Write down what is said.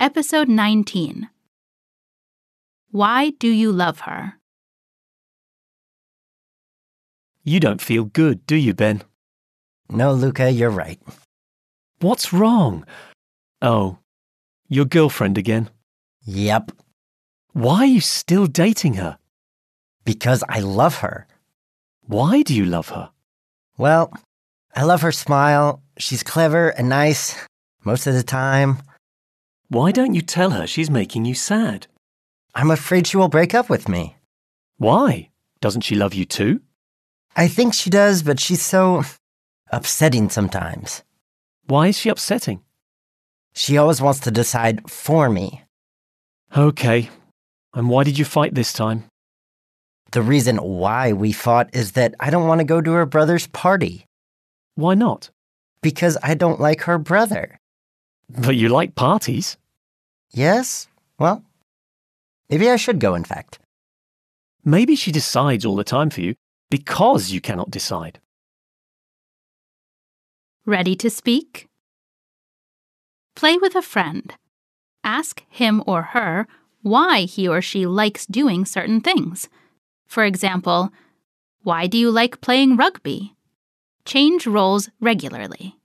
Episode 19 Why Do You Love Her? You don't feel good, do you, Ben? No, Luca, you're right. What's wrong? Oh, your girlfriend again. Yep, Why are you still dating her? because I love her. Why do you love her? Well, I love her smile. She's clever and nice most of the time. Why don't you tell her she's making you sad? I'm afraid she will break up with me. Why? Doesn't she love you too? I think she does, but she's so upsetting sometimes. Why is she upsetting? She always wants to decide for me. Okay. And why did you fight this time? The reason why we fought is that I don't want to go to her brother's party Why not? because I don't like her brother. But you like parties. Yes? Well, maybe I should go, in fact. Maybe she decides all the time for you because you cannot decide. Ready to speak? Play with a friend. Ask him or her why he or she likes doing certain things. For example, why do you like playing rugby? Change roles regularly.